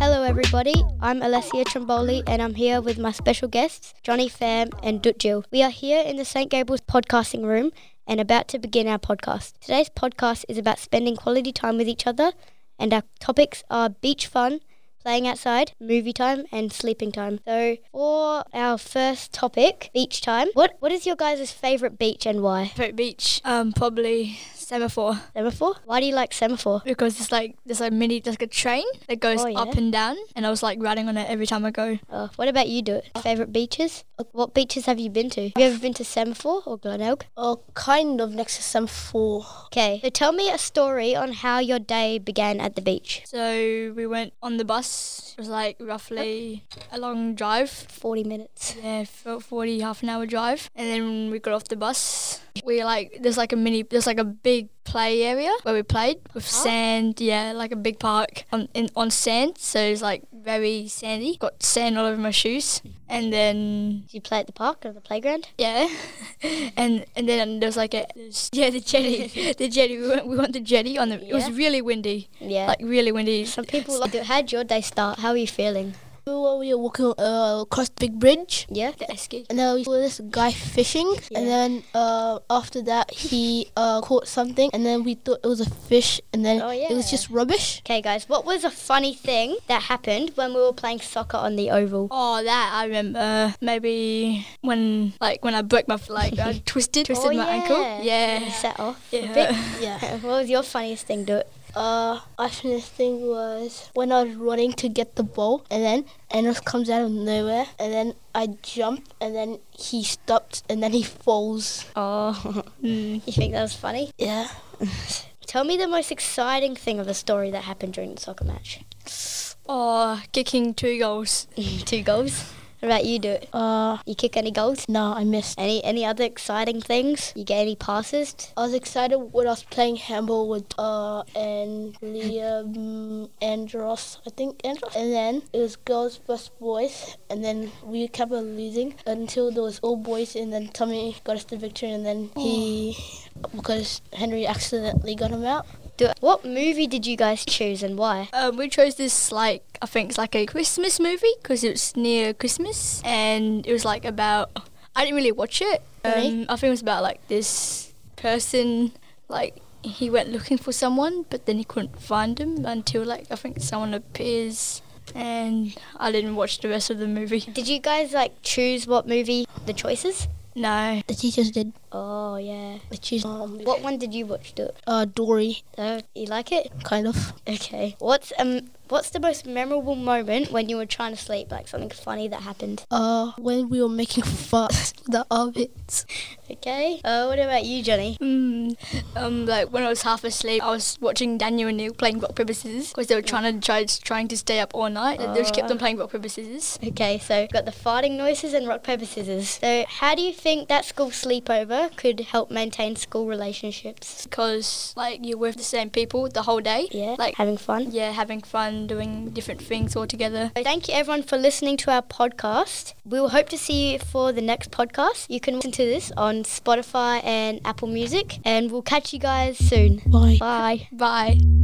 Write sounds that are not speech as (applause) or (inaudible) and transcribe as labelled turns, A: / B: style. A: everybody. I'm Alessia Tromboli, and I'm here with my special guests, Johnny Pham and Dut Jill. We are here in the St. Gabriel's podcasting room and about to begin our podcast. Today's podcast is about spending quality time with each other, and our topics are beach fun, playing outside, movie time, and sleeping time. So, for our first topic, beach time, what, what is your guys' favourite beach and why?
B: Favorite beach? Um, probably Semaphore
A: Semaphore? Why do you like semaphore?
B: because it's like there's a mini like a train that goes
A: Oh, yeah.
B: up and down, and I was like riding on it every time I go.
A: Oh, what about you, Do it? Favorite beaches? What beaches have you been to? Have you ever been to Semaphore or Glenelg?
C: Oh, kind of next to some four.
A: Okay, so tell me a story on how your day began at the beach.
B: So we went on the bus. It was like roughly a long drive.
A: 40 minutes.
B: Yeah, fo- 40, half an hour drive. And then we got off the bus. We like, there's like a mini, there's like a big play area where we played with sand. Yeah, like a big park on, in, on sand. So it's like very sandy. Got sand all over my shoes. And then
A: Did you play at the park or the playground?
B: Yeah, (laughs) and and then there was like a there's- yeah
A: (laughs)
B: the jetty the jetty we went, we went the jetty on the it was
A: Yeah.
B: really windy
A: Yeah.
B: like really windy
A: some people like. How'd your day start? How are you feeling?
C: We were, we were walking uh, across the big bridge,
A: Yeah.
B: the escape
C: and then we saw this guy fishing. And
A: Yeah.
C: then uh, after that, he uh, caught something, and then we thought it was a fish, and then
A: Oh,
C: it was
A: yeah. (laughs)
C: just rubbish.
A: Okay, guys, what was a funny thing that happened when we were playing soccer on the oval?
B: oh that I remember maybe when like when I broke my like
A: (laughs)
B: I twisted twisted
A: Oh,
B: my ankle
A: You
B: yeah
A: set off. (laughs)
B: yeah
C: Yeah.
A: what was your funniest thing, Do it?
C: Uh, I think this thing was when I was running to get the ball, and then Enos comes out of nowhere, and then I jump, and then he stopped, and then he falls.
A: Oh,
B: (laughs) Mm.
A: you think that was funny?
C: Yeah.
A: Tell me the most exciting thing of a story that happened during the soccer match.
B: oh kicking two goals
A: (laughs) Two goals. What about you, do it?
C: Uh,
A: You kick any goals?
C: no, I missed.
A: Any any other exciting things? You get any passes?
C: I was excited when I was playing handball with uh and Liam Andros, I think Andros. And then it was girls versus boys, and then we kept on losing until there was all boys, and then Tommy got us the victory, and then he because Henry accidentally got him out.
A: Do it. What movie did you guys choose and why?
B: um we chose this like I think it's like a Christmas movie because it's near Christmas and it was like about I didn't really watch it.
C: Really?
B: Um, I think it was about like this person, like he went looking for someone, but then he couldn't find him until like I think someone appears, and I didn't watch the rest of the movie. (laughs)
A: Did you guys like choose what movie? The choices?
B: No,
C: The teachers did.
A: Oh yeah.
C: The teachers. Um,
A: What one did you watch? Do it.
C: Uh, Dory,
A: So you like it?
C: kind of.
A: Okay. What's um What's the most memorable moment when you were trying to sleep? Like something funny that happened.
C: Uh, when we were making (laughs) fuss with the orbits.
A: Okay. Uh, what about you, Johnny?
B: mm, um, like when I was half asleep, I was watching Daniel and Neil playing rock paper scissors because they were trying to try, trying to stay up all night. and They just kept on playing rock paper scissors.
A: Okay, so we've got the farting noises and rock paper scissors. So how do you think that school sleepover could help maintain school relationships?
B: because like you're with the same people the whole day.
A: Yeah.
B: Like
A: having fun.
B: yeah, having fun, doing different things all together.
A: So Thank you everyone for listening to our podcast. We will hope to see you for the next podcast. You can listen to this on Spotify and Apple Music, and we'll catch you guys soon.
C: Bye.
A: Bye.
B: Bye.